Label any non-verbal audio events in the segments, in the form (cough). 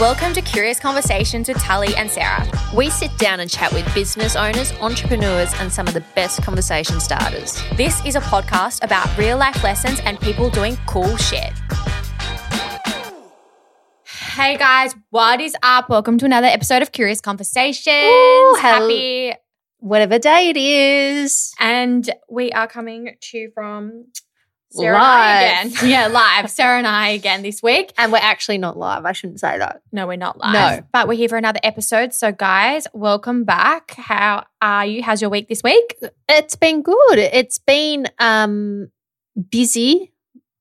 Welcome to Curious Conversations with Tali and Sarah. We sit down and chat with business owners, entrepreneurs, and some of the best conversation starters. This is a podcast about real life lessons and people doing cool shit. Hey guys, what is up? Welcome to another episode of Curious Conversations. Ooh, hell- Happy. Whatever day it is. And we are coming to you from Sarah and I Live. again. (laughs) Yeah, live. Sarah and I again this week. And we're actually not live. I shouldn't say that. No, we're not live. No. But we're here for another episode. So, guys, welcome back. How are you? How's your week this week? It's been good. It's been um busy.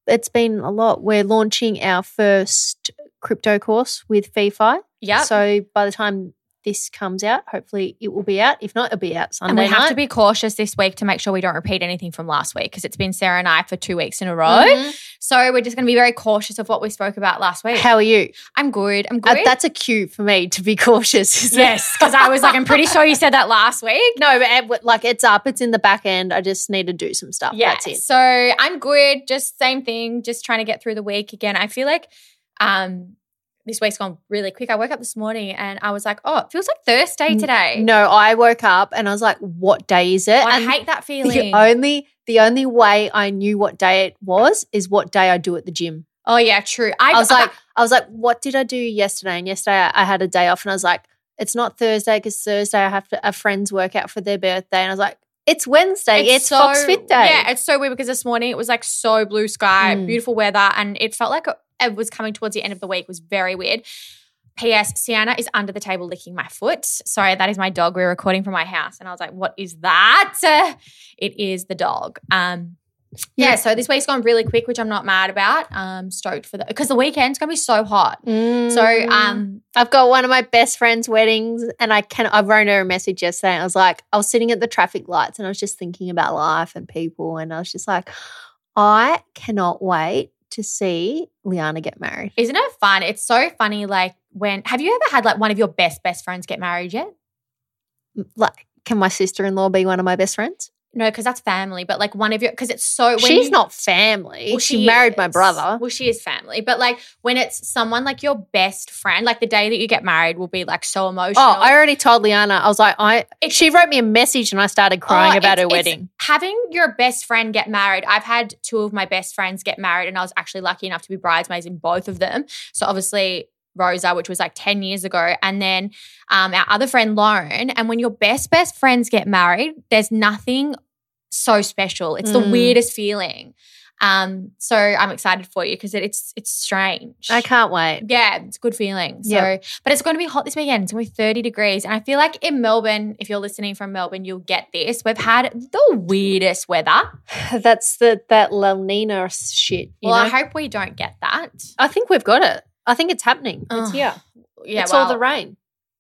It's been a lot. We're launching our first crypto course with FiFi. Yeah. So by the time this comes out, hopefully it will be out. If not, it'll be out Sunday and we have night. to be cautious this week to make sure we don't repeat anything from last week because it's been Sarah and I for two weeks in a row. Mhm. So we're just going to be very cautious of what we spoke about last week. How are you? I'm good. I'm Uh, good. (laughs) that's a cue for me to be (laughs) cautious. isn't it? yes, because I was like, I'm pretty sure you said that last week. (laughs) No, but it- like it's up. It's in the back end. I just need to do some stuff. Yeah. That's it. So I'm good. Just same thing. Just trying to get through the week again. I feel like um this week's gone really quick. I woke up this morning and I was like, oh, it feels like Thursday N- today. No, I woke up and I was like, "What day is it?" Oh, I and hate that feeling. the only the only way I knew what day it was is what day I do at the gym. oh yeah, true. I was like, I was like, "What did I do yesterday?" And yesterday I, I had a day off, and I was like, "It's not Thursday because Thursday I have to, a friend's workout for their birthday." And I was like, "It's Wednesday. It's, Fox Fit Day." Yeah, it's so weird because this morning it was like so blue sky, Mm. beautiful weather, and it felt like it was coming towards the end of the week. It was very weird. P.S. Sienna is under the table licking my foot. Sorry, that is my dog. We're recording from my house, and I was like, "What is that?" (laughs) It is the dog. Um, yeah. Yeah. So this week's gone really quick, which I'm not mad about. Um, stoked for that because the weekend's gonna be so hot. So Mm. um, I've got one of my best friend's weddings, and I can. I wrote her a message yesterday. And I was like, I was sitting at the traffic lights, and I was just thinking about life and people, and I was just like, I cannot wait to see Liana get married. isn't it fun? It's so funny. Like when have you ever had like one of your best best friends get married yet? Like, can my sister in law be one of my best friends? No, because that's family. But like one of your, because it's so. When She's you- not family. Well, she, married my is. brother. Well, she is family. But like when it's someone like your best friend, like the day that you get married will be like so emotional. Oh, I already told Liana. I was like, I. She wrote me a message, and I started crying Oh, about it's- her it's- wedding. Having your best friend get married, I've had two of my best friends get married, and I was actually lucky enough to be bridesmaids in both of them. So obviously. Rosa, which was like 10 years ago, and then um, our other friend Lauren. And when your best, best friends get married, there's nothing so special. It's the Mm. weirdest feeling. Um, so I'm excited for you because it, it's it's strange. I can't wait. (sighs) Yeah, it's a good feeling. So, Yep. but it's going to be hot this weekend. It's going to be 30 degrees. And I feel like in Melbourne, if you're listening from Melbourne, you'll get this. We've had the weirdest weather. That's the that La Nina shit. You Well, know? I hope we don't get that. I think we've got it. I think it's happening. Ugh. It's here. Oh, Yeah, it's well, all the rain.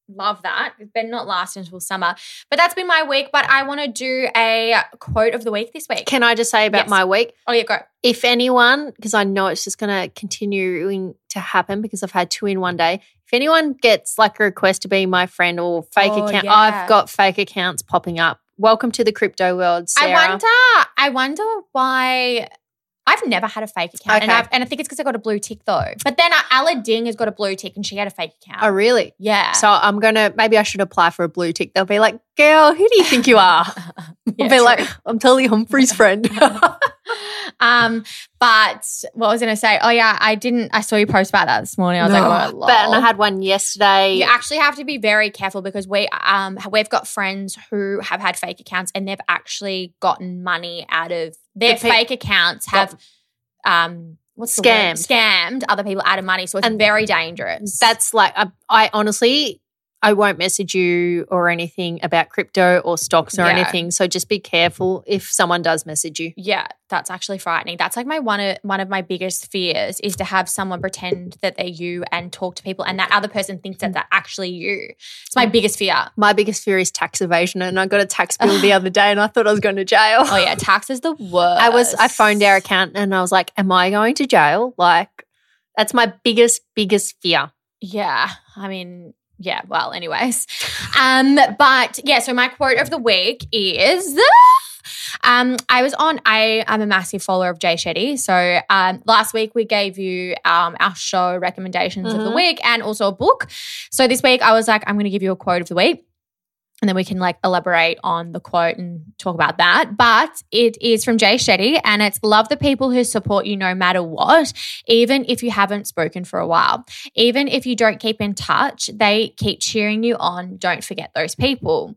love that. It better not last until summer. But that's been my week. But I want to do a quote of the week this week. Can I just say about Yes. my week? oh, yeah, go. If anyone, because I know it's just going to continuing to happen because I've had two in one day. If anyone gets like a request to be my friend or fake Oh, account, yeah. I've got fake accounts popping up. Welcome to the crypto world, Sarah. I wonder. I wonder why. I've never had a fake account, and, Okay. I've, and I think it's because I got a blue tick though. But then uh, Ala Ding has got a blue tick, and she had a fake account. Oh, really? yeah. So I'm gonna maybe I should apply for a blue tick. They'll be like, "Girl, who do you think (laughs) you are?" Yeah, I'll be true. like, "I'm (laughs) Tully Humphrey's friend." (laughs) um, but what was I going to say? Oh yeah, I didn't. I saw you post about that this morning. I was like, oh, but and I lol. had one yesterday. you actually have to be very careful because we um we've got friends who have had fake accounts and they've actually gotten money out of their The pe- fake accounts have um what's Scammed. the word? scammed other people out of money so it's And very dangerous. That's like I, I honestly, I I won't message you or anything about crypto or stocks or Yeah. anything. So just be careful if someone does message you. Yeah, that's actually frightening. That's like my one of one of my biggest fears is to have someone pretend that they're you and talk to people, and that other person thinks Mm. that they're actually you. It's my biggest fear. My biggest fear is tax evasion, and I got a tax bill (laughs) the other day, and I thought I was going to jail. Oh (laughs) yeah, tax is the worst. I was I phoned our accountant, and I was like, "Am I going to jail?" Like, that's my biggest biggest fear. Yeah, I mean, yeah. Well, anyways, um, but yeah. So my quote of the week is. Um, I was on. I am a massive follower of Jay Shetty. So um, last week we gave you um, our show recommendations of the Mhm. week and also a book. So this week I was like, I'm going to give you a quote of the week, and then we can like elaborate on the quote and talk about that. But it is from Jay Shetty, and it's "Love the people who support you no matter what, even if you haven't spoken for a while, even if you don't keep in touch, they keep cheering you on. Don't forget those people."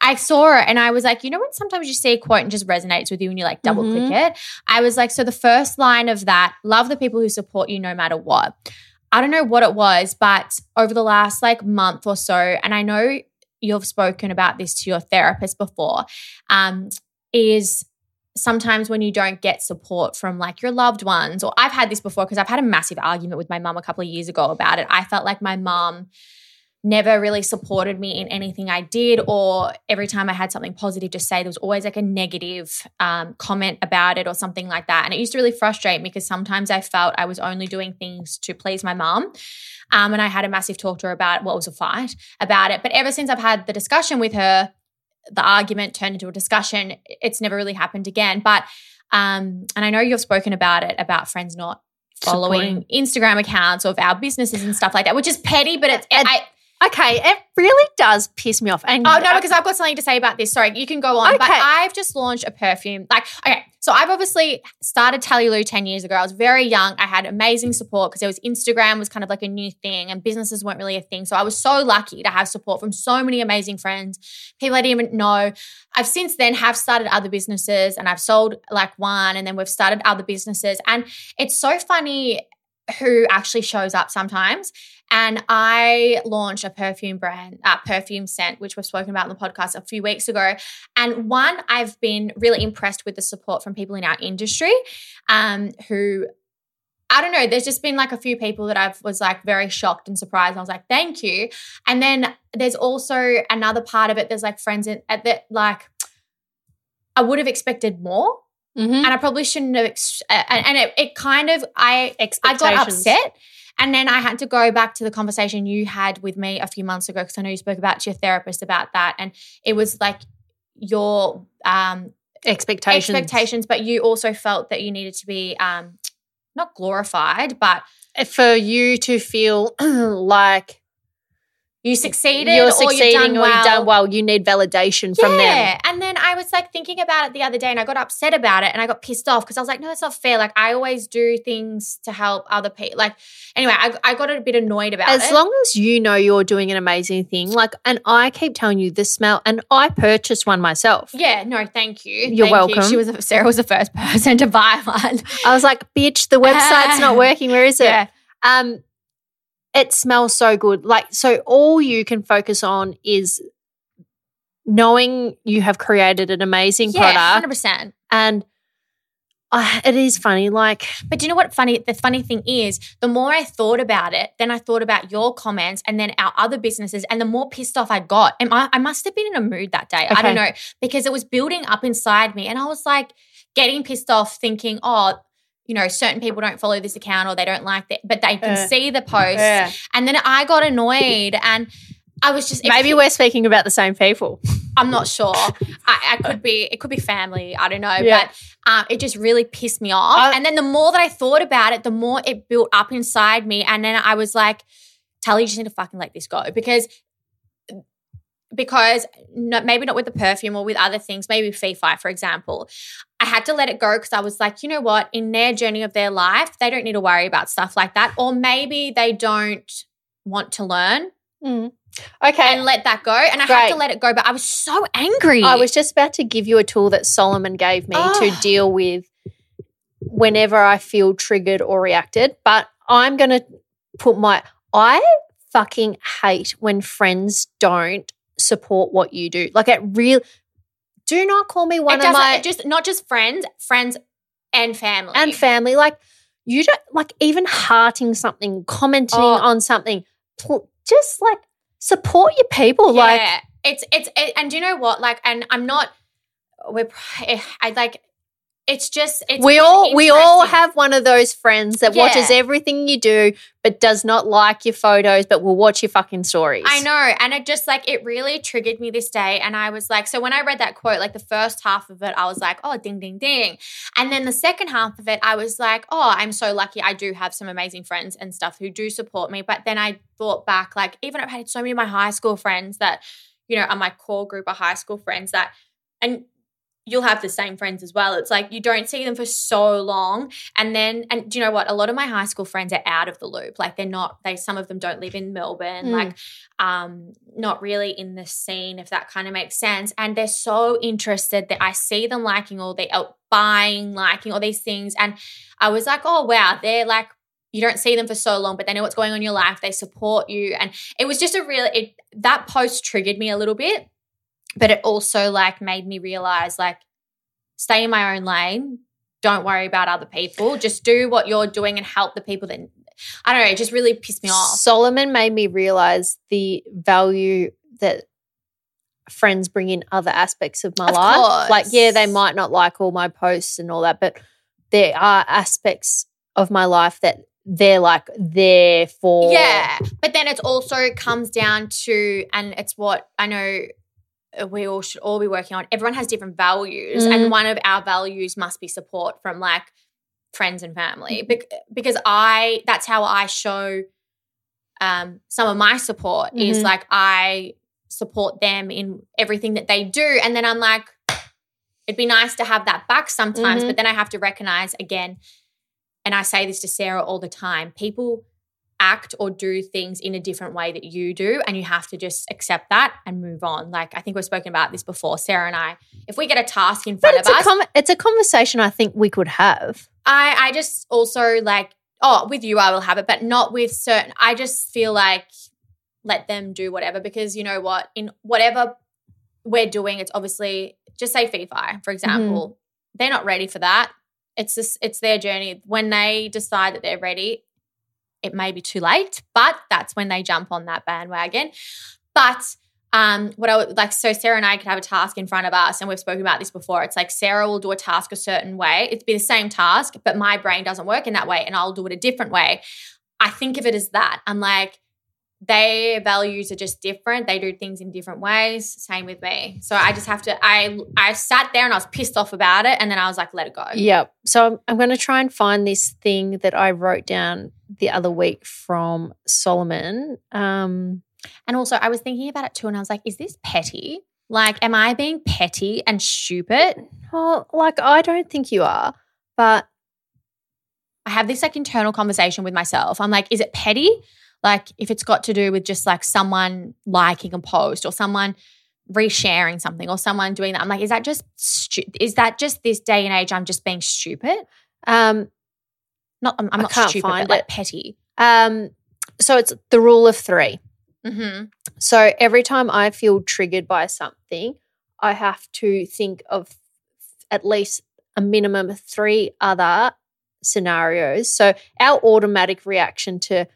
I saw it and I was like, you know, when sometimes you see a quote and just resonates with you and you like double click it. I was like, so the first line of that, love the people who support you no matter what. I don't know what it was, but over the last like month or so, and I know you've spoken about this to your therapist before, um, is sometimes when you don't get support from like your loved ones, or I've had this before because I've had a massive argument with my mum a couple of years ago about it. I felt like my mum never really supported me in anything I did, or every time I had something positive to say, there was always like a negative um, comment about it or something like that. And it used to really frustrate me because sometimes I felt I was only doing things to please my mom. Um, and I had a massive talk to her about what well, it was a fight about it. But ever since I've had the discussion with her, the argument turned into a discussion. It's never really happened again. But um, and I know you've spoken about it about friends not following Instagram accounts of our businesses and stuff like that, which is petty, but it's And- I, Okay, it really does piss me off. And Oh no, because I've got something to say about this. Sorry, you can go on. But Okay. I've just launched a perfume. Like, okay, so I've obviously started Tally Lou ten years ago. I was very young. I had amazing support because it was Instagram was kind of like a new thing, and businesses weren't really a thing. So I was so lucky to have support from so many amazing friends, people I didn't even know. I've since then have started other businesses, and I've sold like one, and then we've started other businesses, and it's so funny who actually shows up sometimes. And I launched a perfume brand, uh, perfume scent, which we've spoken about in the podcast a few weeks ago. And one, I've been really impressed with the support from people in our industry um, who, I don't know, there's just been like a few people that I've was like very shocked and surprised. And I was like, thank you. And then there's also another part of it. There's like friends in, at that like I would have expected more, Mhm. and I probably shouldn't have. Ex- uh, and and it, it kind of I I expectations. got upset. And then I had to go back to the conversation you had with me a few months ago because I know you spoke about to your therapist about that. And it was like your um, Expectations. expectations, but you also felt that you needed to be um, not glorified, but For you to feel (clears throat) like you succeeded you're or you've succeeding done or well. you've done well, you need validation from them. Yeah. And then I was like thinking about it the other day and I got upset about it and I got pissed off because I was like, no, that's not fair. Like, I always do things to help other people. Like, anyway, I, I got a bit annoyed about As it. long as you know you're doing an amazing thing, like, and I keep telling you this smell, and I purchased one myself. yeah, no, thank you. You're Thank you. welcome. She was the- Sarah was the first (laughs) person to buy one. I was like, bitch, the website's (laughs) not working. Where is it? Yeah, Um, it smells so good. Like, so all you can focus on is knowing you have created an amazing yeah, product. hundred percent. And uh, it is funny. Like, But do you know what? Funny. The funny thing is, the more I thought about it, then I thought about your comments and then our other businesses, and the more pissed off I got. And I, I must have been in a mood that day. I Okay. don't know because it was building up inside me, and I was like getting pissed off, thinking, oh. You know, certain people don't follow this account or they don't like it, but they can Yeah. see the post. And then I got annoyed and I was just, it maybe we're speaking about the same people. I'm not sure. (laughs) I, I could be. It could be family. I don't know. Yeah. But um, it just really pissed me off. I- and then the more that I thought about it, the more it built up inside me. And then I was like, Tally, you just need to fucking let this go because. Because no, maybe not with the perfume or with other things, maybe FIFA, for example. I had to let it go because I was like, you know what? In their journey of their life, they don't need to worry about stuff like that. Or maybe they don't want to learn Mm. Okay. and let that go. And I had to Great. let it go. But I was so angry. I was just about to give you a tool that Solomon gave me Oh. to deal with whenever I feel triggered or reacted, but I'm going to put my I fucking hate when friends don't support what you do. Like it really do not call me one it of doesn't my it just not just friends, friends and family. and family. Like you don't like even hearting something, commenting Oh. on something. Pl- Just like support your people. oh, Like yeah, it's it's it, and do you know what? Like, and I'm not. We're (sighs) pr- I like. It's just it's we all we all interesting. have one of those friends that Yeah. watches everything you do, but does not like your photos, but will watch your fucking stories. I know. And it just like, it really triggered me this day. And I was like, so when I read that quote, like the first half of it, I was like, oh, ding, ding, ding. And then the second half of it, I was like, oh, I'm so lucky. I do have some amazing friends and stuff who do support me. But then I thought back, like, even I've had so many of my high school friends that, you know, are my core group of high school friends that, and you'll have the same friends as well. It's like you don't see them for so long. And then, and do you know what? A lot of my high school friends are out of the loop. Like they're not, they, some of them don't live in Melbourne, Mm. like, um, not really in the scene, if that kind of makes sense. And they're so interested that I see them liking all the, uh, buying, liking all these things. And I was like, oh, wow, they're like, you don't see them for so long, but they know what's going on in your life. They support you. And it was just a real, it, that post triggered me a little bit, but it also like made me realize, like, stay in my own lane. Don't worry about other people. Just do what you're doing and help the people that I don't know. It just really pissed me off. Solomon made me realize the value that friends bring in other aspects of my Of life. course. Like, yeah, they might not like all my posts and all that, but there are aspects of my life that they're like there for. Yeah, but then it's also comes down to, and it's what I know uh, we all should all be working on. Everyone has different values, Mhm. and one of our values must be support from like friends and family. Bec- because I, that's how I show um, some of my support is Mhm. like I support them in everything that they do, and then I'm like, it'd be nice to have that back sometimes, Mhm. but then I have to recognize again and I say this to Sarah all the time people act or do things in a different way that you do, and you have to just accept that and move on. Like, I think we've spoken about this before, Sarah and I. If we get a task in But front of it's a, us, com- it's a conversation I think we could have. I, I just also like, oh, with you, I will have it, but not with certain. I just feel like let them do whatever because you know what? In whatever we're doing, it's obviously just say FIFA, for example. They're not ready for that. It's just it's their journey. When they decide that they're ready, it may be too late, but that's when they jump on that bandwagon. But um, what I would like, so Sarah and I could have a task in front of us, and we've spoken about this before. It's like Sarah will do a task a certain way. It'd be the same task, but my brain doesn't work in that way, and I'll do it a different way. I think of it as that. I'm like, their values are just different. They do things in different ways. Same with me. So I just have to. I I sat there and I was pissed off about it, and then I was like, let it go. Yep. So I'm, I'm going to try and find this thing that I wrote down the other week from Solomon. Um, And also, I was thinking about it too, and I was like, is this petty? Like, am I being petty and stupid? well, like, I don't think you are, but I have this like internal conversation with myself. I'm like, is it petty? Like, if it's got to do with just like someone liking a post or someone resharing something or someone doing that, I'm like, is that just stu- is that just this day and age? I'm just being stupid. um, Not, I'm, I'm I not can't stupid, find but like it. petty. Um, so it's the rule of three. Mm-hmm. So every time I feel triggered by something, I have to think of at least a minimum of three other scenarios. So our automatic reaction to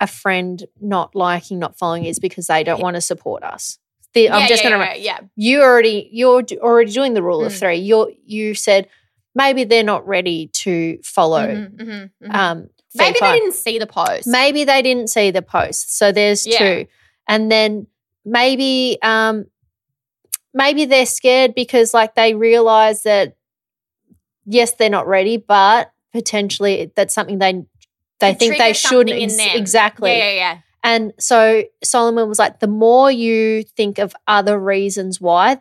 a friend not liking, not following is because they don't want to support us. The, I'm just going to. yeah, yeah. You already you're d- already doing the rule of Mm. three. You you said maybe they're not ready to follow. Mhm, mhm, mhm. Um, Maybe FIFA. they didn't see the post. Maybe they didn't see the post. So there's Yeah. two. And then maybe um maybe they're scared because like they realize that yes, they're not ready, but potentially that's something they they It think they triggers should something in ex- them. exactly. Yeah, yeah, yeah. And so Solomon was like the more you think of other reasons why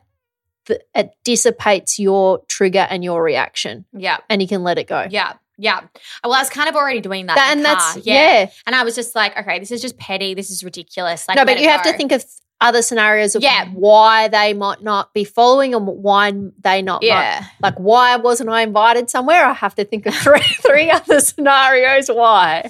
th- it dissipates your trigger and your reaction Yeah, and you can let it go. yeah, yeah. Well, I was kind of already doing that. That- in and the that's car. yeah. And I was just like, okay, this is just petty. This is ridiculous. Like, no, let but it you have go. to think of other scenarios of Yeah. why they might not be following and why they not. might- Yeah. like why (laughs) wasn't I invited somewhere? I have to think of three three other scenarios why.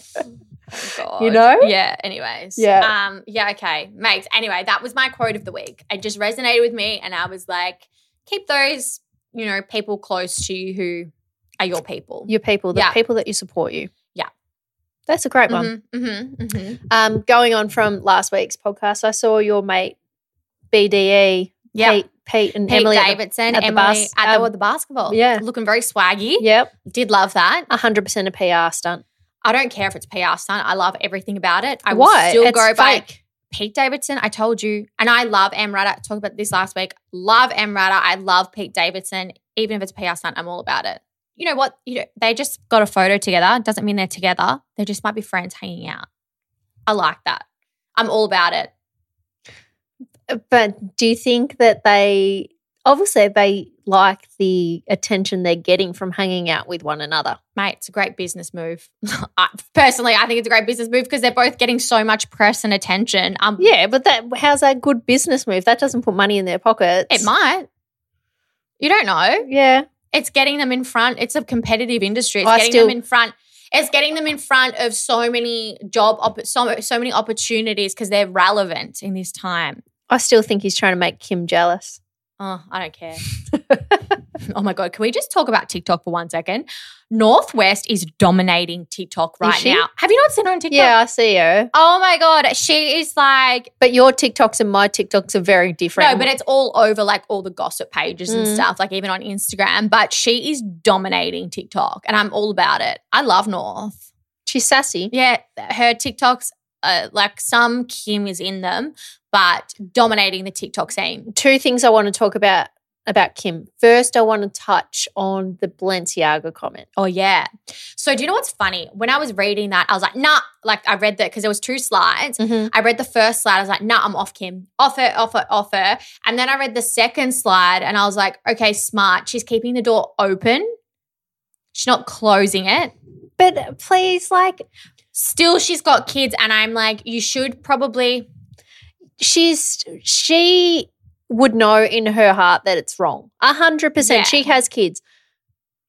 God. You know? Yeah. Anyways. Yeah. Um, yeah. Okay. Mates. Anyway, that was my quote of the week. It just resonated with me, and I was like, keep those, you know, people close to you who are your people. Your people, the Yeah. people that you support you. Yeah. That's a great one. Mhm, mhm, mhm. Um, going on from last week's podcast, I saw your mate BDE, Yeah. Pete, Pete and Pete Emily. at the- Davidson, at the Emily bas- at the, um, the basketball. yeah. Looking very swaggy. yep, Did love that. hundred percent a PR stunt. I don't care if it's PR stunt. I love everything about it. I Why? will still It's go by fake. Pete Davidson. I told you, and I love Emrata. I talked about this last week. Love Emrata. I love Pete Davidson. Even if it's a PR stunt, I'm all about it. You know what? You know, they just got a photo together. It doesn't mean they're together. They just might be friends hanging out. I like that. I'm all about it. But do you think that they obviously they like the attention they're getting from hanging out with one another? Mate, it's a great business move. (laughs) I, personally, I think it's a great business move because they're both getting so much press and attention. Um, Yeah, but that how's that good business move? That doesn't put money in their pockets. It might. You don't know. Yeah. it's getting them in front. It's a competitive industry. It's I getting still- them in front. It's getting them in front of so many job, op- so, so many opportunities because they're relevant in this time. I still think he's trying to make Kim jealous. Oh, I don't (laughs) care. oh my God. Can we just talk about TikTok for one second? Northwest is dominating TikTok right she? now. Have you not seen her on TikTok? Yeah, I see her. Oh my God. She is like, But your TikToks and my TikToks are very different. no, but it's all over like all the gossip pages and Mm. stuff, like even on Instagram. But she is dominating TikTok and I'm all about it. I love North. she's sassy. Yeah, her TikToks, uh, like some Kim is in them, but dominating the TikTok scene. two things I want to talk about about Kim. First, I want to touch on the Balenciaga comment. Oh yeah. So do you know what's funny? When I was reading that, I was like, nah. Like I read that because there was two slides. I read the first slide. I was like, nah, I'm off Kim. Off her, off her, off her. And then I read the second slide, and I was like, okay, smart. She's keeping the door open. She's not closing it. But please, like, Still, she's got kids, and I'm like, you should probably. she's she would know in her heart that it's wrong. A hundred Yeah. percent. She has kids.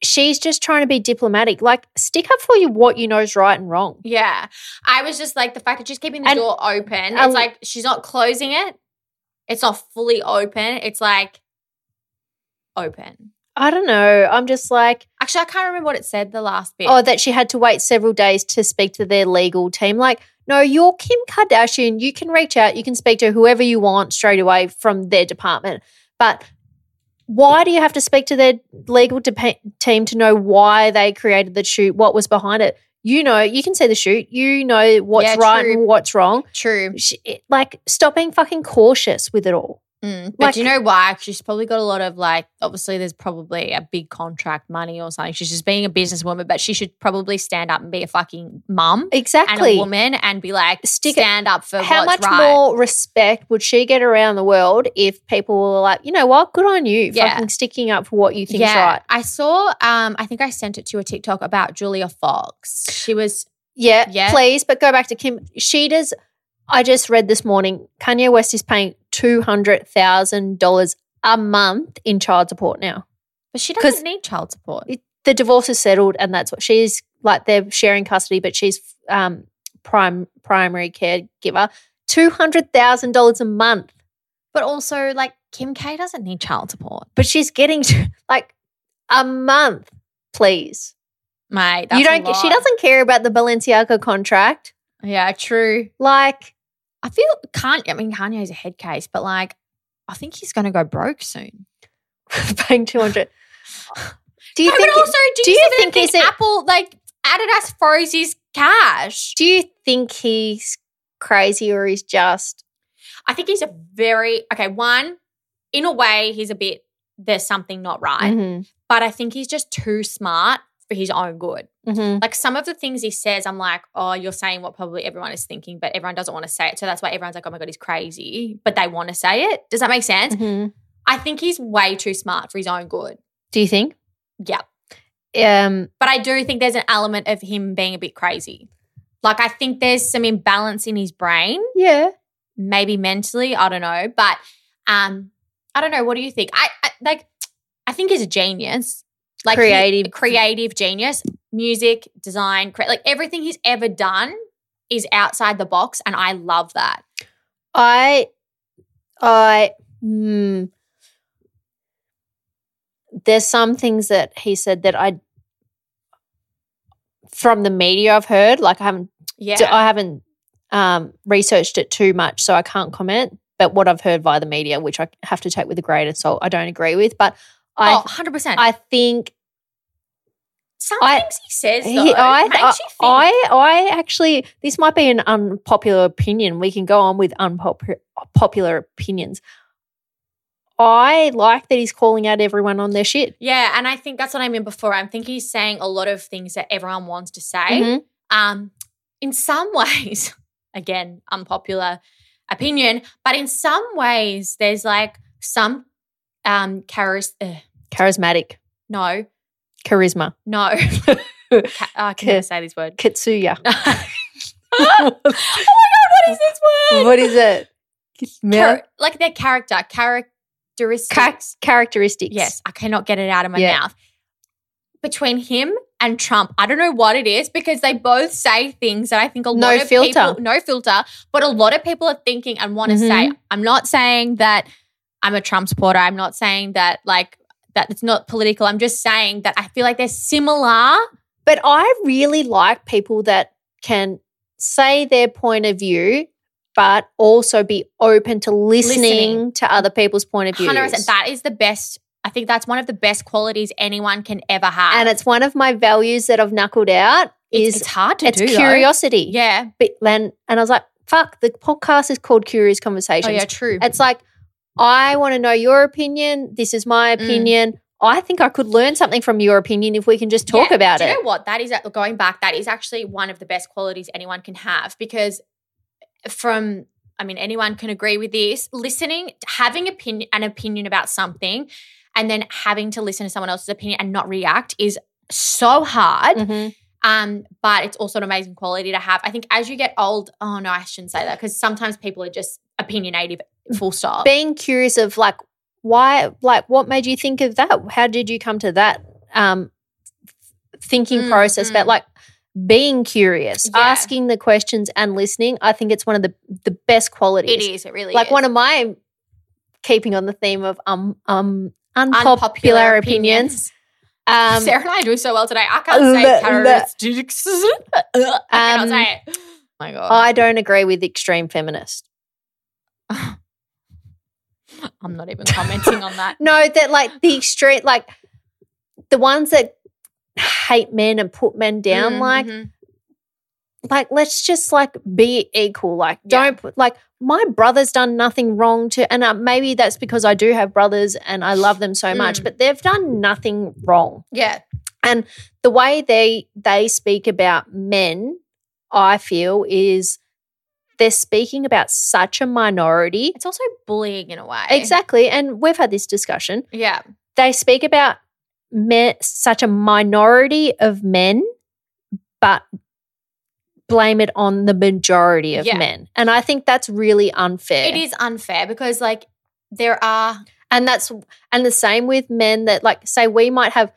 She's just trying to be diplomatic. Like, stick up for you what you know is right and wrong. Yeah. I was just like, the fact that she's keeping the And- door open, and- it's like she's not closing it. It's not fully open. It's like open. I don't know. I'm just like, Actually, I can't remember what it said the last bit. oh, that she had to wait several days to speak to their legal team. Like, no, you're Kim Kardashian. You can reach out, you can speak to whoever you want straight away from their department. But why do you have to speak to their legal depa- team to know why they created the shoot, what was behind it? You know, you can see the shoot. You know what's Yeah, right true. and what's wrong. True. Sh- it- Like, stop being fucking cautious with it all. Mm. But Like- do you know why? She's probably got a lot of like, obviously, there's probably a big contract money or something. She's just being a businesswoman, but she should probably stand up and be a fucking mum and Exactly. a woman and be like, Stick it- stand up for How what's much right. more respect would she get around the world if people were like, you know what, good on you, Yeah. fucking sticking up for what you think's right? I saw. Um, I think I sent it to a TikTok about Julia Fox. She was. Yeah, Yeah. please. But go back to Kim. She does. I just read this morning Kanye West is paying two hundred thousand dollars a month in child support now. But she 'Cause- doesn't need child support. It- The divorce is settled, and that's what she's like. They're sharing custody, but she's um, prime primary caregiver. Two hundred thousand dollars a month, But also, like Kim K doesn't need child support, but she's getting (laughs) like a month. Please, mate. you that's a don't. get- She lot. doesn't care about the Balenciaga contract. Yeah, true. Like (laughs) I feel can't. I mean, Kanye's a head case, but like, I think he's going to go broke soon. paying two (laughs) hundred. Do you No, think? but also, do, do you, you even think think, is it- Apple like Adidas froze his cash? Do you think he's crazy or he's just I think he's a very okay. One, in a way, he's a bit. There's something not right, Mm-hmm. but I think he's just too smart for his own good. Mm-hmm. Like some of the things he says, I'm like, oh, you're saying what probably everyone is thinking, but everyone doesn't want to say it. So that's why everyone's like, oh my God, he's crazy, but they want to say it. Does that make sense? I think he's way too smart for his own good. Do you think? Yeah. Um, But I do think there's an element of him being a bit crazy. Like I think there's some imbalance in his brain, yeah. maybe mentally, I don't know. But um, I don't know. What do you think? I, I like I think he's a genius. Like he- Creative. creative genius, music, design, cre- like everything he's ever done is outside the box, and I love that. I, I, hmm. There's some things that he said that I, from the media I've heard, like I haven't, Yeah, I haven't um, researched it too much, so I can't comment. But what I've heard via the media, which I have to take with a grain of salt, I don't agree with. But I, oh, 100 percent. I think Some I- things he says though, He- I, uh, makes I, you think. I, I actually, this might be an unpopular opinion. We can go on with unpopular opinions. I like that he's calling out everyone on their shit. yeah, and I think that's what I meant before. I'm thinking he's saying a lot of things that everyone wants to say. Mhm. um, in some (laughs) ways, again, unpopular opinion, but in some ways, there's like some um, charis- uh, Charismatic, no, charisma, no. (laughs) Ca- oh, I can never say this (laughs) word. (laughs) kitsuya. oh my god, what is this word? what is it? Char- like their character, characteristics. Char- characteristics. Yes, I cannot get it out of my Yeah. mouth. Between him and Trump, I don't know what it is because they both say things that I think a No lot of filter. people no filter, but a lot of people are thinking and want to say. Mhm. I'm not saying that I'm a Trump supporter. I'm not saying that like that it's not political. I'm just saying that I feel like they're similar. But I really like people that can say their point of view, but also be open to listening, Listening. to other people's point of view. Hundred percent. That is the best. I think that's one of the best qualities anyone can ever have. and it's one of my values that I've knuckled out it's, is it's it's, hard to do. though. curiosity. Yeah. But then, and I was like, fuck, the podcast is called Curious Oh Conversations. yeah. True. It's like, I want to know your opinion. This is my Mm. opinion. I think I could learn something from your opinion if we can just talk Yeah, about do it. You know what? That is going back. That is actually one of the best qualities anyone can have because from I mean anyone can agree with this. Listening, having opinion an opinion about something, and then having to listen to someone else's opinion and not react is so hard. Mhm. Um, but it's also an amazing quality to have. I think as you get old, oh no, I shouldn't say that because sometimes people are just opinionative. Full stop. Being curious of like, why, like, what made you think of that? How did you come to that um, thinking Mm, process about mm. like being curious, Yeah. asking the questions and listening? I think it's one of the, the best qualities. it is. It really like is. one of my keeping on the theme of um um unpopular, unpopular, opinions. opinions. (laughs) Um, (laughs) Sarah and I do so well today. I uh, (laughs) can't say the- characteristics. I cannot Um, say it. (gasps) Oh my god, I don't agree with extreme feminists. I'm not even commenting on (laughs) that. No, that like the extreme, like the ones that hate men and put men down. Mm, Like, mhm. like let's just like be equal. Like, Yeah. don't put like my brother's done nothing wrong to, and uh, maybe that's because I do have brothers and I love them so much, Mm. but they've done nothing wrong. yeah, the way they they speak about men i feel is they're speaking about such a minority it's also bullying in a way. exactly and we've had this discussion Yeah, they speak about men such a minority of men but blame it on the majority of Yeah. men and i think that's really unfair it is unfair because like there are and that's and the same with men that like say we might have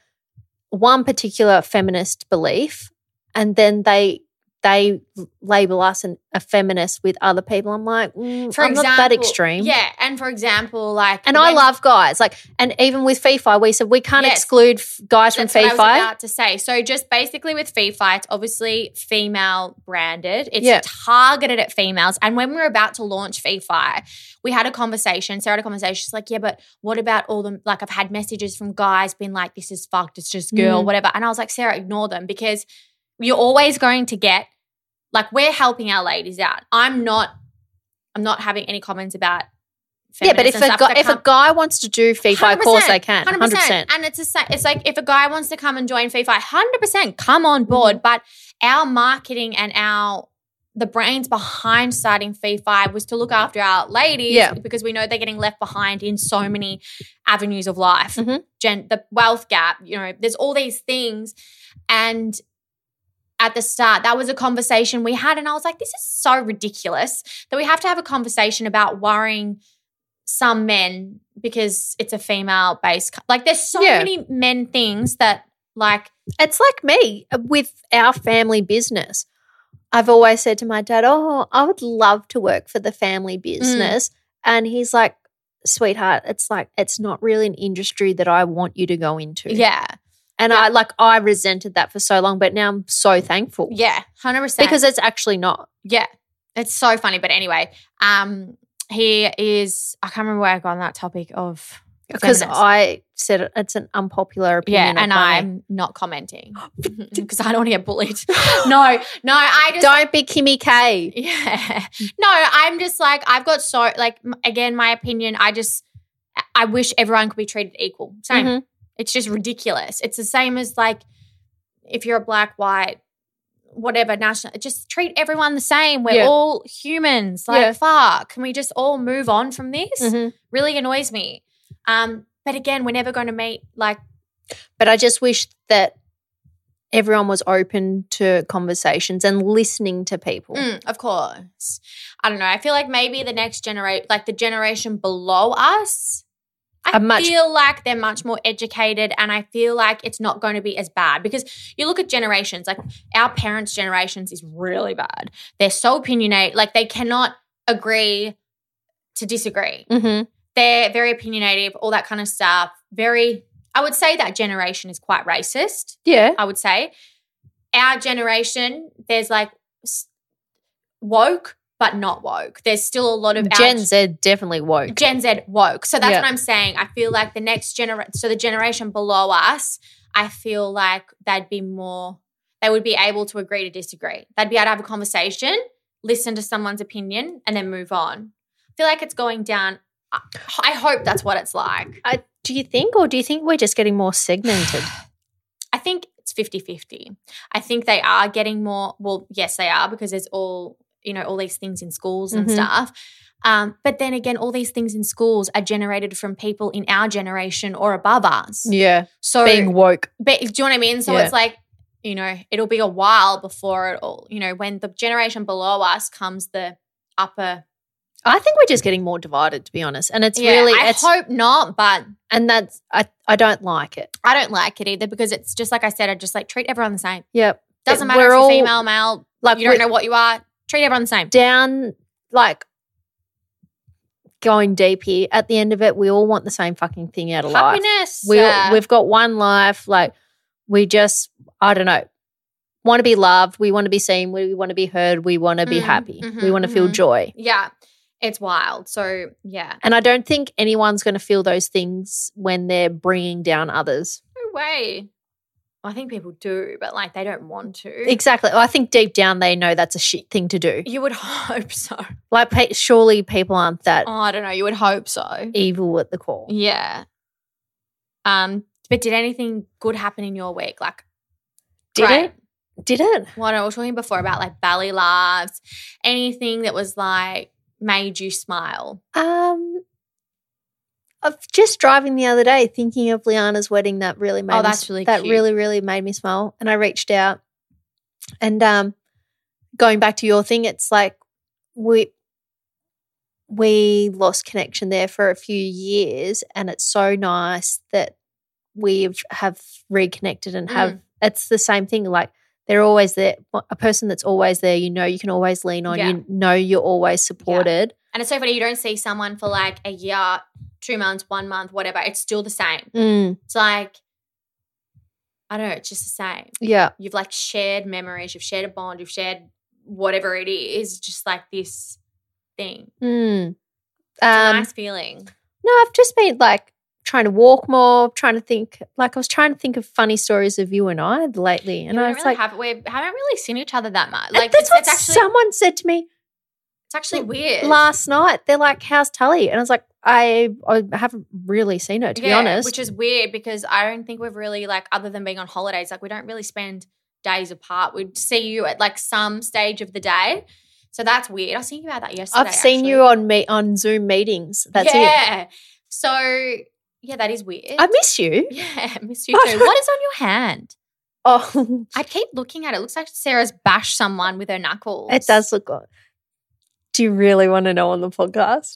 one particular feminist belief and then they they label us an, a feminist with other people i'm like mm, for i'm example not that extreme Yeah, and for example, like and i when- love guys like and even with fifa we said we can't Yes. exclude f- guys from That's what I was fifa about to say. So just basically with FIFA, it's obviously female branded. It's Yeah. targeted at females. And when we were about to launch FIFA, we had a conversation. Sarah had a conversation. She's like, "Yeah, but what about all the like? I've had messages from guys being like, this is fucked. It's just girl, Mm. whatever." And I was like, "Sarah, ignore them because you're always going to get like we're helping our ladies out. I'm not. I'm not having any comments about." yeah but if feminists and a, stuff gu- that if come- a guy wants to do fifa of course they can 100%, 100%. And it's the same. It's like if a guy wants to come and join FIFA, 100% come on board. But our marketing and our the brains behind starting FIFA was to look after our ladies Yeah. because we know they're getting left behind in so many avenues of life. Mhm. Gen- the wealth gap, you know, there's all these things. And at the start, that was a conversation we had. And I was like, this is so ridiculous that we have to have a conversation about worrying some men because it's a female based like there's so Yeah. many men things that like it's like me with our family business I've always said to my dad, Oh, I would love to work for the family Mm. business. And he's like, Sweetheart, it's like, it's not really an industry that I want you to go into. Yeah. And Yeah. I like, I resented that for so long, but now I'm so thankful. Yeah. 100%. Because it's actually not. Yeah. It's so funny. But anyway, um, he is I can't remember where I got on that topic of Because feminist. I said it- it's an unpopular opinion. Yeah, of and mine. I'm not (gasps) commenting. (laughs) Because I don't want to get (laughs) bullied. no, no, I just Don't be Kimmy K. Yeah. No, I'm just like, I've got so, like, m- again, my opinion, I just, I wish everyone could be treated equal. Same. Mhm. It's just ridiculous. It's the same as, like, if you're a black, white, whatever national, just treat everyone the same. We're Yeah. all humans. Like, Yeah. fuck, can we just all move on from this? Mhm. Really annoys me. Um, but again, we're never going to meet, like, But I just wish that everyone was open to conversations and listening to people. Mm, of course. I don't know. I feel like maybe the next generation, like the generation below us, I Are much- feel like they're much more educated and I feel like it's not going to be as bad because you look at generations, like our parents' generations is really bad. They're so opinionated, like they cannot agree to disagree. Mhm. They're very opinionative, all that kind of stuff. Very, I would say that generation is quite racist. Yeah. I would say. Our generation, there's like s- woke, but not woke. There's still a lot of our- Gen Z definitely woke. Gen Z woke. So that's Yeah. what I'm saying. I feel like the next generation, so the generation below us, I feel like they'd be more, they would be able to agree to disagree. They'd be able to have a conversation, listen to someone's opinion, and then move on. I feel like it's going down. I I hope that's what it's like. I, do you think, or do you think we're just getting more segmented? I think it's 50-50. I think they are getting more well, yes, they are, because there's all, you know, all these things in schools and Mhm. stuff. Um, but then again, all these things in schools are generated from people in our generation or above us. (sighs) yeah. So Being woke. but do you know what I mean? So Yeah. it's like, you know, it'll be a while before it all, you know, when the generation below us comes the upper I think we're just getting more divided, to be honest. And it's Yeah, really, I it's, hope not, but and that's, I, I don't like it. I don't like it either because it's just like I said, I just like treat everyone the same. Yep. Doesn't But matter if we're you're all- female, male, Like, you don't we're know what you are, treat everyone the same. down, like, going deep here. At the end of it, we all want the same fucking thing out of life. happiness. We uh, we've got one life. Like we just, I don't know, want to be loved. We want to be seen. We want to be heard. We want to be Mm, happy. mhm, we want to feel mhm. joy. yeah, it's wild. So yeah, And I don't think anyone's going to feel those things when they're bringing down others. no way. I think people do, but like they don't want to. Exactly. I think deep down they know that's a shit thing to do. you would (laughs) hope so. Like, pe- surely people aren't that Oh, I don't know. You would hope so. evil at the core. Yeah. Um. But did anything good happen in your week? Like, Did great. it? Did it? What I was talking before about like belly laughs, anything that was like made you smile. Um. Of just driving the other day, thinking of Liana's wedding, that really made Oh, me- that's really that cute. really really made me smile. And I reached out, and um, going back to your thing, it's like we we lost connection there for a few years, and it's so nice that we've have reconnected and have. Mm. It's the same thing, like. They're always there. A person that's always there, you know, you can always lean on. Yeah. You know, you're always supported. And it's so funny. You don't see someone for like a year, two months, one month, whatever. It's still the same. Mm, It's like, I don't know, it's just the same. yeah. You've like shared memories, you've shared a bond, you've shared whatever it is, just like this thing. Mm. It's a Um, nice feeling. No, I've just been like trying to walk more, trying to think. Like I was trying to think of funny stories of you and I lately, and And we I don't was really like, have, we haven't really seen each other that much. like Like, that's it's, what it's actually, someone said to me it's actually weird. last night. They're like, "How's Tully?" And I was like, "I, I haven't really seen her to be Yeah, honest." Which is weird because I don't think we've really, like, other than being on holidays, like, we don't really spend days apart. We'd see you at like some stage of the day. So that's weird. I was thinking about that yesterday. I've seen actually. you on me on Zoom meetings. That's it. yeah. So, yeah, that is weird. I miss you. (laughs) Yeah, Miss (laughs) you too. What is on your hand? Oh, (laughs) I keep looking at it. It looks like Sarah's bashed someone with her knuckles. it does look good. Do you really want to know on the podcast?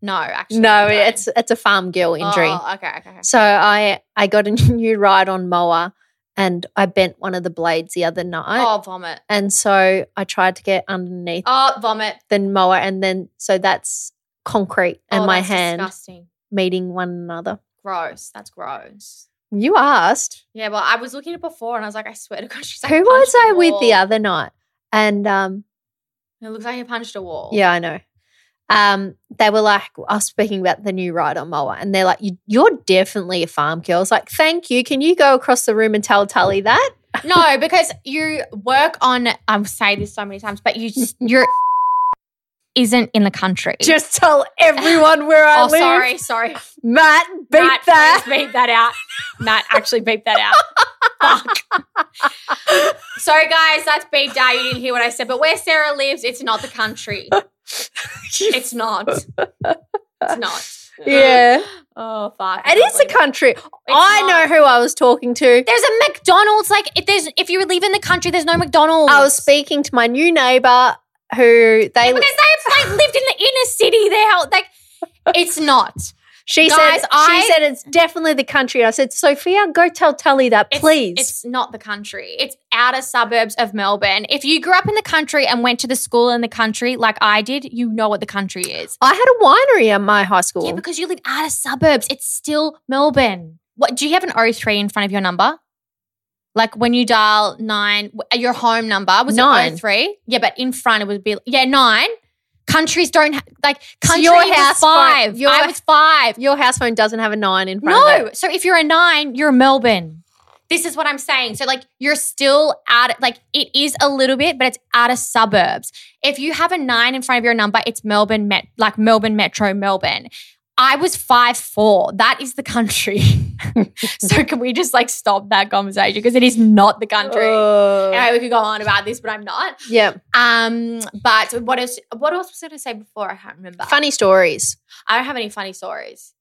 No, actually. No, I don't. it's it's a farm girl injury. (laughs) Oh, okay, okay. okay. So I I got a new ride on mower and I bent one of the blades the other night. oh, vomit. And so I tried to get underneath Oh, vomit. the mower, and then so that's concrete and oh, my that's hand Disgusting. meeting one another. Gross. That's gross. You asked, Yeah, well, I was looking at it before and I was like, I swear to God, (laughs) she's like, who was punched a I with the wall. other night? And um, It looks like he punched a wall. yeah, I know. Um, they were like, I was speaking about the new rider mower, and they're like, you, "You're definitely a farm girl." I was like, "Thank you. Can you go across the room and tell Tully that?" (laughs) No, because you work on. I've said this so many times, but you (laughs) just, you're isn't in the country. Just tell everyone where I oh, live. sorry, sorry. Matt, beat Matt, that. please beep that out. Matt, actually beep that out. (laughs) Fuck. sorry, guys, that's beeped out. You didn't hear what I said, but where Sarah lives, it's not the (laughs) country. It's not. It's not. (laughs) yeah, Oh fuck. it is a country. It's I not. know who I was talking to. There's a McDonald's. Like if there's if you live in the country, there's no McDonald's. I was speaking to my new neighbor who they. because they've like lived in the inner city. They're like, it's not. She Guys, said. I- she said it's definitely the country. I said, Sophia, go tell Tully that, It's- please. It's not the country. It's outer suburbs of Melbourne. If you grew up in the country and went to the school in the country, like I did, you know what the country is. I had a winery at my high school. Yeah, because you live outer suburbs. It's still Melbourne. What do you have an 03 in front of your number? Like when you dial nine, w- uh, your home number was Nine. it 03? Yeah, but in front it would be yeah nine. Countries don't ha- like So country your was house phone- five. your- I was five. Your house phone doesn't have a nine in front of No. it. So if you're a nine, you're a Melbourne. This is what I'm saying. So like you're still out like it is a little bit, but it's out of suburbs. If you have a nine in front of your number, it's Melbourne Met like Melbourne Metro Melbourne. I was five four. That is the country. (laughs) so can we just like stop that conversation? Because it is not the country. Oh. Anyway, we could go on about this, but I'm not. yeah. Um, but what else what else was I gonna say before? I can't remember. Funny stories. I don't have any funny stories.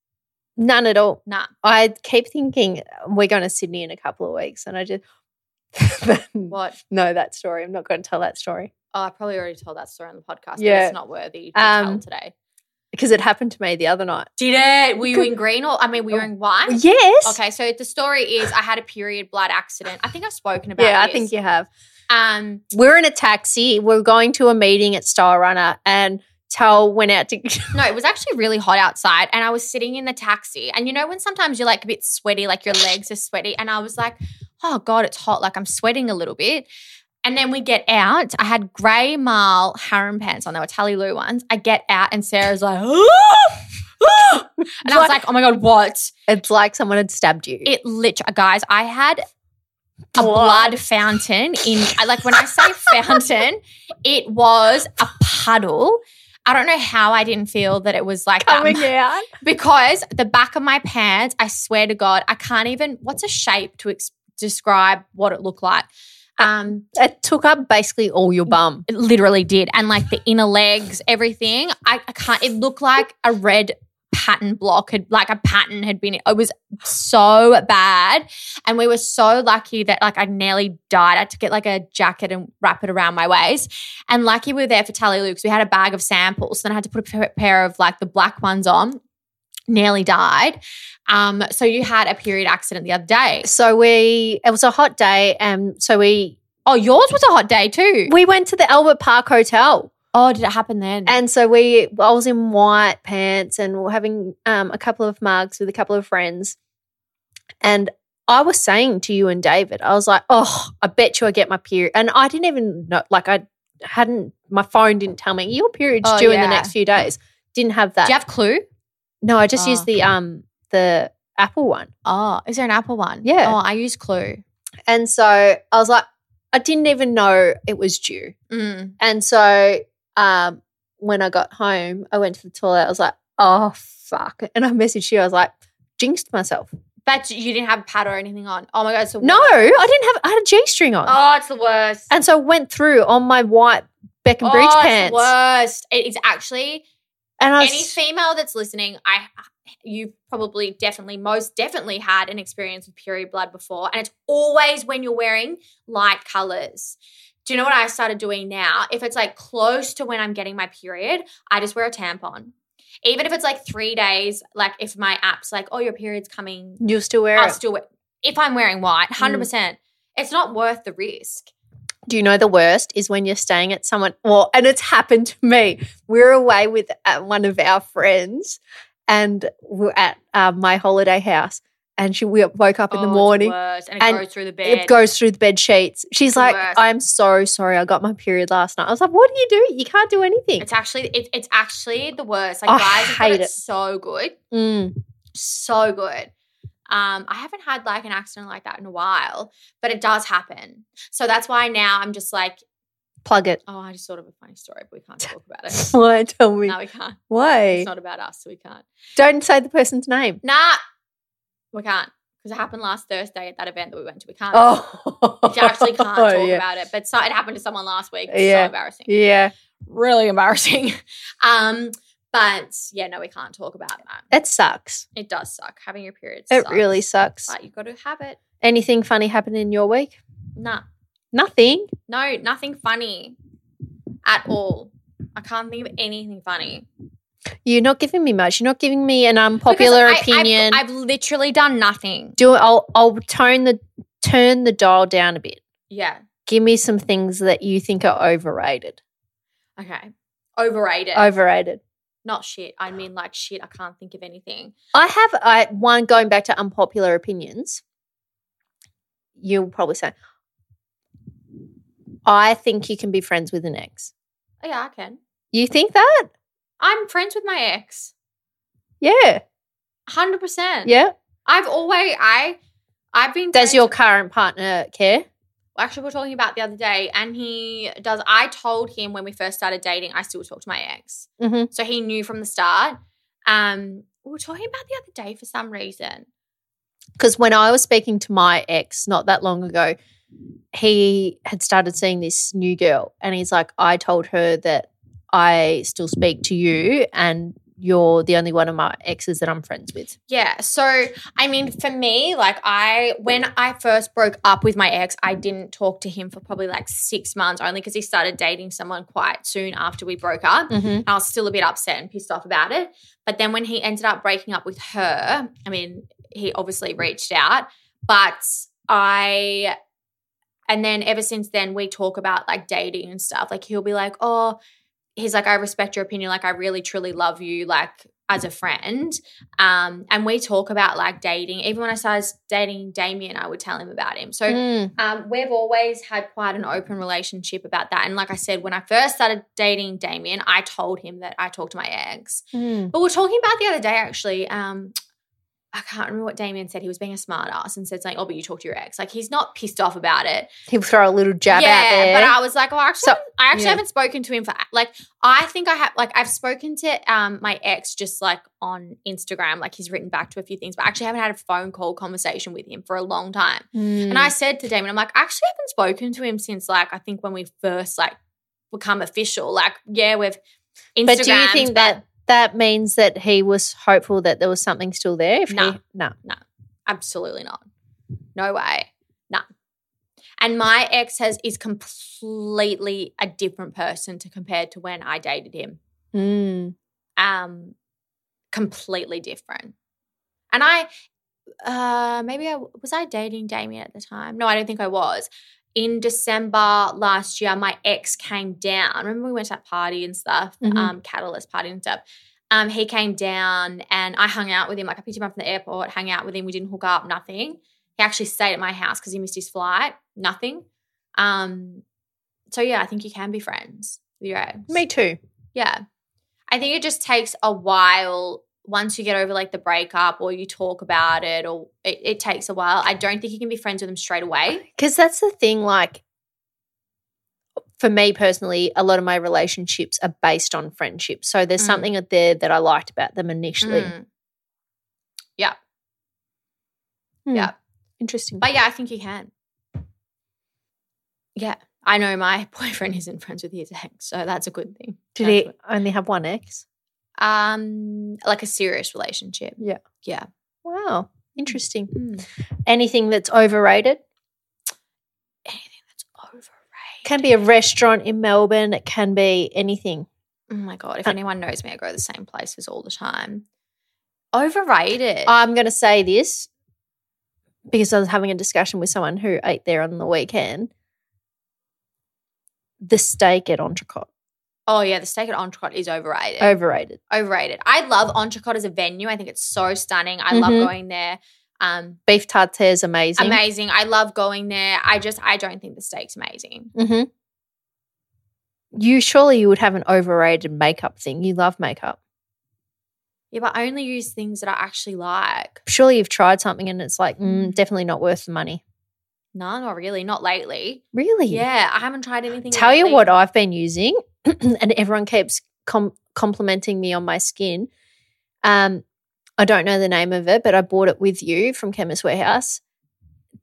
None at all. Nah. I keep thinking we're going to Sydney in a couple of weeks, and I just (laughs) What? no that story. I'm not going to tell that story Oh, I probably already told that story on the podcast. But Yeah. it's not worthy to tell Um, today. because it happened to me the other night. Did it? Were you Oh, in green or I mean, were you in white? Yes. Ah, Okay, so the story is I had a period blood accident. I think I've spoken about. Yeah, I this. think you have. Um, We're in a taxi. We're going to a meeting at Star Runner, and Tal went out to. (laughs) no, it was actually really hot outside, and I was sitting in the taxi. And you know when sometimes you're like a bit sweaty, like your legs are sweaty, and I was like, oh god, it's hot. Like I'm sweating a little bit. And then we get out. I had grey marl harem pants on. They were Tally Lou ones. I get out, and Sarah's like, (gasps) and I was like, oh my god, what? it's like someone had stabbed you. It literally, guys, I had a Blood. blood fountain in, I- like, when I say fountain, it was a puddle. I don't know how I didn't feel that it was like that coming mu- out. (laughs) because the back of my pants, I swear to God, I can't even, what's a shape to ex- describe what it looked like? Um, (laughs) It took up basically all your bum. it literally did. And like the inner legs, everything. I, I can't, it looked like a red pattern block had, like a pattern had been, it was so bad. And we were so lucky that like I nearly died. I had to get like a jacket and wrap it around my waist. And lucky we were there for Tally Luke's. We had a bag of samples. Then I had to put a pa- pair of like the black ones on. Nearly died. Um, so you had a period accident the other day. So we. It was a hot day, and so we Oh, yours was a hot day too. we went to the Albert Park Hotel. Oh, did it happen then? And so we, I was in white pants and we we're having um, a couple of mugs with a couple of friends. And I was saying to you and David, I was like, oh, I bet you I get my period. And I didn't even know, like, I hadn't, my phone didn't tell me your period's Oh, due in yeah. the next few days. Didn't have that. Do you have Clue? no, I just Oh, used the, um, the Apple one. Oh, is there an Apple one? Yeah. Oh, I use Clue. And so I was like, I didn't even know it was due. Mm. And so um, when I got home, I went to the toilet. I was like, oh, fuck. And I messaged you. I was like, jinxed myself. But you didn't have a pad or anything on. Oh my god, so No, I didn't have, I had a G string on. Oh, it's the worst. And so I went through on my white Beckham oh, Bridge it's pants. The worst. It is actually And I was, any female that's listening. I you probably definitely most definitely had an experience with period blood before, and it's always when you're wearing light colors. Do you know what I started doing now? If it's like close to when I'm getting my period, I just wear a tampon. Even if it's like three days, like if my app's like, oh, your period's coming you still wear I'll it. still wear. if I'm wearing white, Mm. 100%, it's not worth the risk. Do you know the worst is when you're staying at someone, well, and it's happened to me. We're away with uh, one of our friends and we're at uh, my holiday house and she we woke up in Oh, the it's morning. worse, and it and goes through the bed. It goes through the bed sheets. She's the like, worst. I'm so sorry. I got my period last night. I was like, what do you do? You can't do anything. It's actually it, it's actually the worst. Like I guys have got hate it it. so good, Mm. so good. Um, I haven't had like an accident like that in a while, but it does happen. So that's why now I'm just like, Plug it. oh, I just thought of a funny story, but we (laughs) can't talk about it. Why? Tell me. no, we can't. Why? It's not about us, so we can't. Don't say the person's name. Nah, we can't because it happened last Thursday at that event that we went to. We can't. Oh. (laughs) We (laughs) actually can't talk yeah. about it, but so, it happened to someone last week. It's Yeah. So embarrassing. Yeah. Really embarrassing. (laughs) um, but yeah, no, we can't talk about that. It sucks. It does suck. Having your period It sucks. really sucks. But you got to have it. Anything funny happen in your week? Nah. Nothing. No, nothing funny at all. I can't think of anything funny. You're not giving me much. You're not giving me an Because unpopular I- I've- opinion. I've, literally done nothing. Do I'll I'll tone the turn the dial down a bit. Yeah. Give me some things that you think are overrated. Okay. Overrated. Overrated. Not shit. I mean, like shit. I can't think of anything. I have I one going back to unpopular opinions. You'll probably say, I think you can be friends with an ex. Oh, yeah, I can. You think that? I'm friends with my ex. Yeah. 100%. Yeah. I've always, I, I've been. Does friends your with- current partner care? actually, we we're talking about the other day, and he does. I told him when we first started dating, I still talk to my ex. Mm-hmm. So he knew from the start. Um, we were talking about the other day for some reason. because when I was speaking to my ex not that long ago, he had started seeing this new girl, and he's like, I told her that I still speak to you, and you're the only one of my exes that I'm friends with. Yeah. So, I mean, for me, like, I, when I first broke up with my ex, I didn't talk to him for probably like six months only because he started dating someone quite soon after we broke up. Mm-hmm. I was still a bit upset and pissed off about it. But then when he ended up breaking up with her, I mean, he obviously reached out, but I. And then ever since then, we talk about like dating and stuff. Like he'll be like, oh, he's like, I respect your opinion. Like, I really, truly love you. Like, as a friend. Um, and we talk about like dating. Even when I started dating Damien, I would tell him about him. So Mm-hmm. um, we've always had quite an open relationship about that. And like I said, when I first started dating Damien, I told him that I talked to my ex. But we we're talking about the other day, actually. Um, I can't remember what Damien said. He was being a smart ass and said something, oh, but you talked to your ex. Like he's not pissed off about it. He'll throw a little jab out yeah, there. but I was like, oh, I actually, So- haven't- I actually yeah. haven't spoken to him for like I think I have like I've spoken to um my ex just like on Instagram, like he's written back to a few things, but I actually haven't had a phone call conversation with him for a long time. Mm. And I said to Damon, I'm like, I actually haven't spoken to him since like I think when we first like become official. Like, yeah, we've Instagram. but do you think that that means that he was hopeful that there was something still there? If No. he, no. absolutely not? No way. No. And my ex has is completely a different person to compared to when I dated him. Mm. Um completely different. And I uh maybe I was I dating Damien at the time? No, I don't think I was. In December last year, my ex came down. Remember we went to that party and stuff, Mhm. um, catalyst party and stuff. Um, he came down and I hung out with him. Like I picked him up from the airport, hung out with him. We didn't hook up, nothing. He actually stayed at my house because he missed his flight, nothing. Um, so yeah, I think you can be friends with your ex. Me too. Yeah. I think it just takes a while once you get over like the breakup or you talk about it or it, it takes a while. I don't think you can be friends with them straight away. Because that's the thing, like, for me personally, a lot of my relationships are based on friendship. So there's Mm. something out there that I liked about them initially. Mm. Yeah. Hmm. Yeah. Interesting. But yeah, I think you can. Yeah. I know my (laughs) boyfriend isn't friends with his ex, so that's a good thing. Did That's he what- only have one ex? Um like a serious relationship. Yeah. Yeah. Wow. Interesting. Mm. Anything that's overrated Anything that's overrated. can be a restaurant in Melbourne. It can be anything. Oh my god, if Uh, anyone knows me, I go to the same places all the time. Overrated. I'm going to say this because I was having a discussion with someone who ate there on the weekend. The steak at Entrecote Oh yeah, the steak at Entrecote is overrated. overrated. overrated. I love Entrecote as a venue. I think it's so stunning. I love Mhm. going there. Um, Beef tartare is amazing. amazing. I love going there. I just I don't think the steak's amazing. hmm You surely you would have an overrated makeup thing. You love makeup. Yeah, but I only use things that I actually like. Surely you've tried something and it's like mm, definitely not worth the money. No, not really. Not lately. Really? Yeah, I haven't tried anything. Tell you lately. Oh, what I've been using, (clears throat) and everyone keeps com- complimenting me on my skin. Um, I don't know the name of it, but I bought it with you from Chemist Warehouse.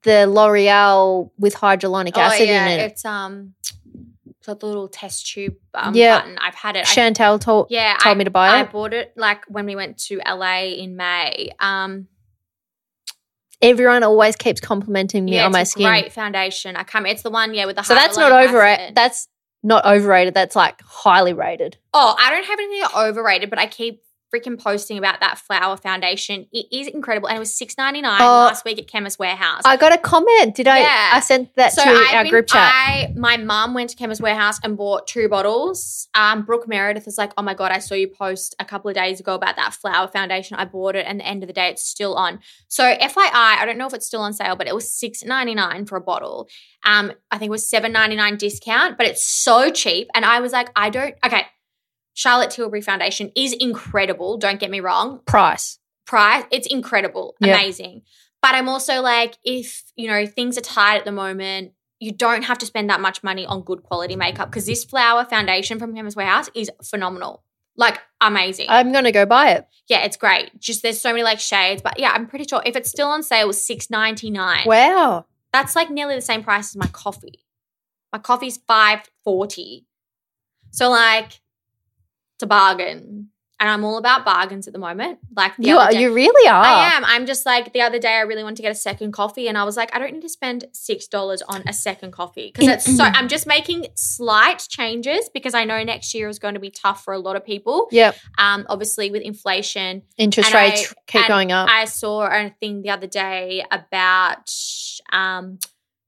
The L'Oreal with hyaluronic Oh acid yeah, in it. it's um, it's got the little test tube um, Yeah. button. I've had it. I- Chantel told yeah, told I, me to buy I it. bought it like when we went to LA in May. Um, Everyone always keeps complimenting me yeah, on my it's a skin. great foundation. I come. It's the one yeah with the So that's not hyaluronic overrated. acid. That's not overrated. That's like highly rated. Oh, I don't have anything overrated, but I keep freaking posting about that flower foundation. It is incredible, and it was six ninety nine Oh. last week at Chemist Warehouse. I got a comment. Did I? Yeah. I sent that to I've our been- group chat. I, my mum went to Chemist Warehouse and bought two bottles. Um, Brooke Meredith is like, oh my God, I saw you post a couple of days ago about that flower foundation. I bought it and the end of the day it's still on. So FYI, I don't know if it's still on sale, but it was six ninety nine for a bottle. Um, I think it was seven ninety nine discount, but it's so cheap. And I was like, I don't okay. Charlotte Tilbury Foundation is incredible, don't get me wrong Price. price. It's incredible, Yeah. amazing. But I'm also like, if you know things are tight at the moment, you don't have to spend that much money on good quality makeup because this flower foundation from Chemist Warehouse is phenomenal, like amazing. I'm gonna go buy it. yeah, it's great. Just there's so many like shades, but yeah, I'm pretty sure if it's still on sale, it was six ninety nine. Wow. That's like nearly the same price as my coffee. My coffee's five forty, so like, it's a bargain. And I'm all about bargains at the moment. Like the You other are. day- You really are. I am. I'm just like the other day. I really wanted to get a second coffee, and I was like, I don't need to spend six dollars on a second coffee because it's so. I'm just making slight changes because I know next year is going to be tough for a lot of people. Yep. Um, obviously with inflation, Interest And I- rates keep and going up. I saw a thing the other day about um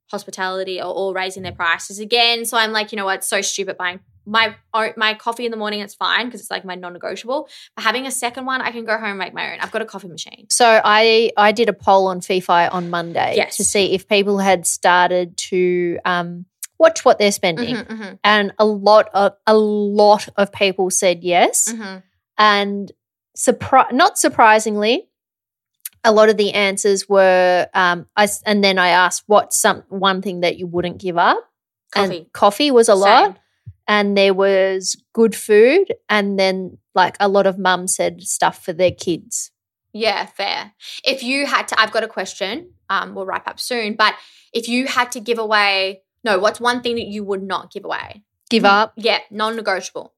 hospitality are all raising their prices again. So I'm like, you know what? It's so stupid buying my oh, my coffee in the morning. It's fine because it's like my non-negotiable. But having a second one, I can go home and make my own. I've got a coffee machine. so I I did a poll on FIFI on Monday Yes. to see if people had started to um, watch what they're spending, Mhm, mhm. and a lot of a lot of people said yes. Mhm. and surpri- not surprisingly a lot of the answers were um I, s- and then i asked what's some one thing that you wouldn't give up Coffee. and coffee was a lot Same. and there was good food and then like a lot of mums said stuff for their kids Yeah, fair. If you had to, I've got a question. Um, we'll wrap up soon. But if you had to give away, no, what's one thing that you would not give away? give up Yeah, non-negotiable.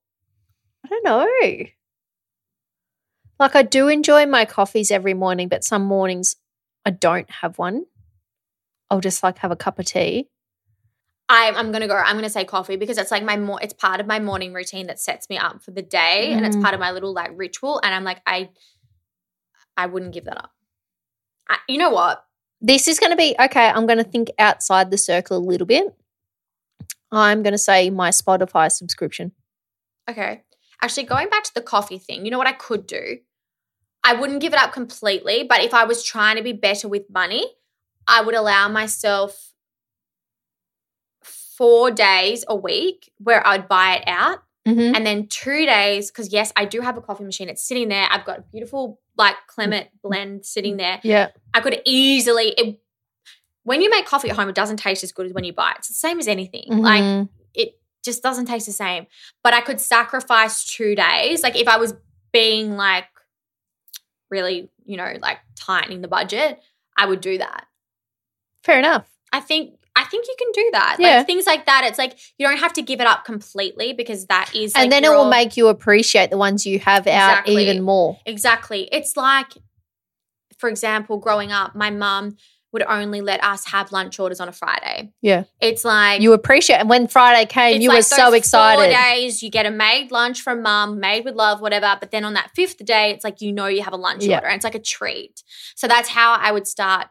i don't know like i do enjoy my coffees every morning but some mornings i don't have one i'll just like have a cup of tea I'm, I'm gonna go. I'm gonna say coffee because it's like my more. It's part of my morning routine that sets me up for the day, and it's Mhm. part of my little like ritual. And I'm like, I, I wouldn't give that up. I, you know what? this is going to be okay. I'm going to think outside the circle a little bit. I'm going to say my Spotify subscription. Okay. Actually, going back to the coffee thing, you know what I could do? I wouldn't give it up completely, but if I was trying to be better with money, I would allow myself four days a week where I'd buy it out. Mm-hmm. And then two days, because yes, I do have a coffee machine. It's sitting there. I've got a beautiful, like, Clement blend sitting there. Yeah. I could easily. It, when you make coffee at home, it doesn't taste as good as when you buy it. It's the same as anything. Like, Mhm. it just doesn't taste the same. But I could sacrifice two days. Like if I was being like really, you know, like tightening the budget, I would do that. fair enough. I think I think you can do that. Yeah. Like things like that. It's like you don't have to give it up completely because that is like, and then it your- will make you appreciate the ones you have out Exactly. even more. Exactly. It's like, for example, growing up, my mum would only let us have lunch orders on a Friday. Yeah. It's like You appreciate. And when Friday came, It's you like were so those Four excited. days you get a made lunch from mum, made with love, whatever. But then on that fifth day, it's like you know you have a lunch Yeah. order, and it's like a treat. So that's how I would start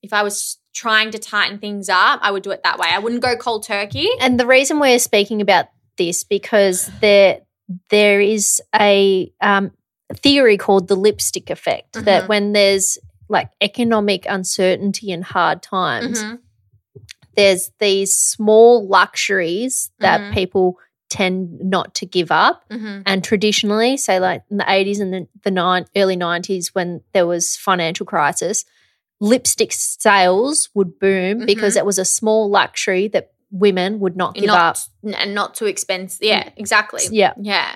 if I was trying to tighten things up, I would do it that way. I wouldn't go cold turkey. And the reason we're speaking about this because there there is a um, theory called the lipstick effect Mhm. that when there's like economic uncertainty and hard times, Mhm. there's these small luxuries that Mhm. people tend not to give up. Mhm. And traditionally, say like in the 80s and the, the nine, early 90s when there was financial crisis, lipstick sales would boom Mm-hmm. because it was a small luxury that women would not give up. Mm. Not, Mm-hmm. and not too expensive. Yeah, exactly. Yeah. Yeah.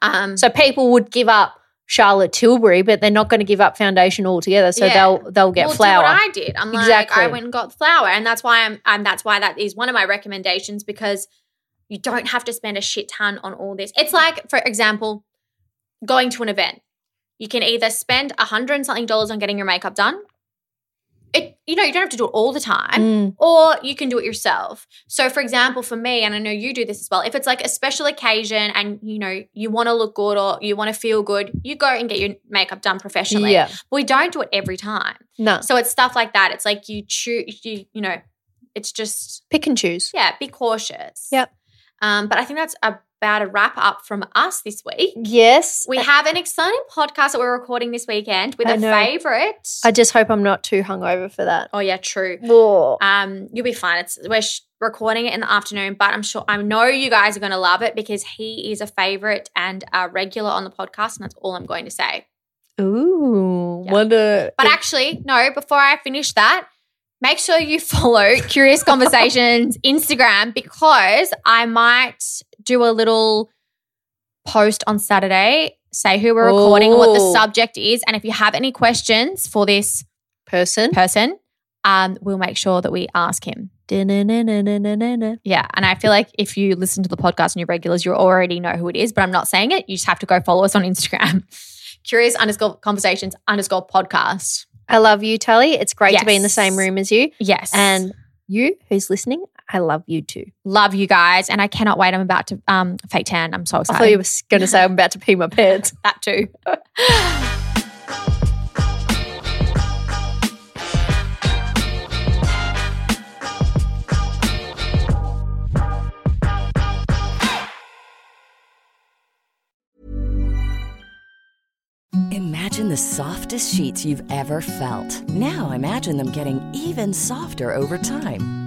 Um, So people would give up Charlotte Tilbury, but they're not going to give up foundation altogether. So Yeah. they'll they'll get well, do flour. what I did. I'm like, I Exactly. went and got flour, and that's why I'm. And that's why that is one of my recommendations because you don't have to spend a shit ton on all this. It's like, for example, going to an event. You can either spend a hundred and something dollars on getting your makeup done. It, you know, you don't have to do it all the time. Mm. or you can do it yourself. So, for example, for me, and I know you do this as well, if it's like a special occasion and you know you want to look good or you want to feel good, you go and get your makeup done professionally. Yeah. But we don't do it every time. No. So it's stuff like that. It's like you choose, you you know, it's just Pick and choose. yeah, be cautious. Yep. Um, but I think that's about a wrap up from us this week. Yes. We have an exciting podcast that we're recording this weekend with I a know. favorite. I just hope I'm not too hungover for that. oh yeah, true. Whoa. Um, you'll be fine. It's we're sh- recording it in the afternoon, but I'm sure I know you guys are going to love it because he is a favorite and a regular on the podcast, and that's all I'm going to say. Ooh. Yeah. Wonder. But actually, no. Before I finish that, make sure you (laughs) follow Curious Conversations Instagram because I might do a little post on Saturday, say who we're recording, and what the Ooh. subject is, and if you have any questions for this person. person, um, we'll make sure that we ask him. Da-na-na-na-na-na-na. Yeah. And I feel like if you listen to the podcast and you're regulars, you already know who it is, but I'm not saying it. You just have to go follow us on Instagram. (laughs) Curious underscore conversations underscore podcast. I love you, Tully. It's great to be in the Yes. same room as you. Yes. And you who's listening, I love you too. love you guys. And I cannot wait. I'm about to um, fake tan. I'm so I excited. thought you were going to say I'm about to pee my pants. that too. Imagine the softest sheets you've ever felt. Now imagine them getting even softer over time.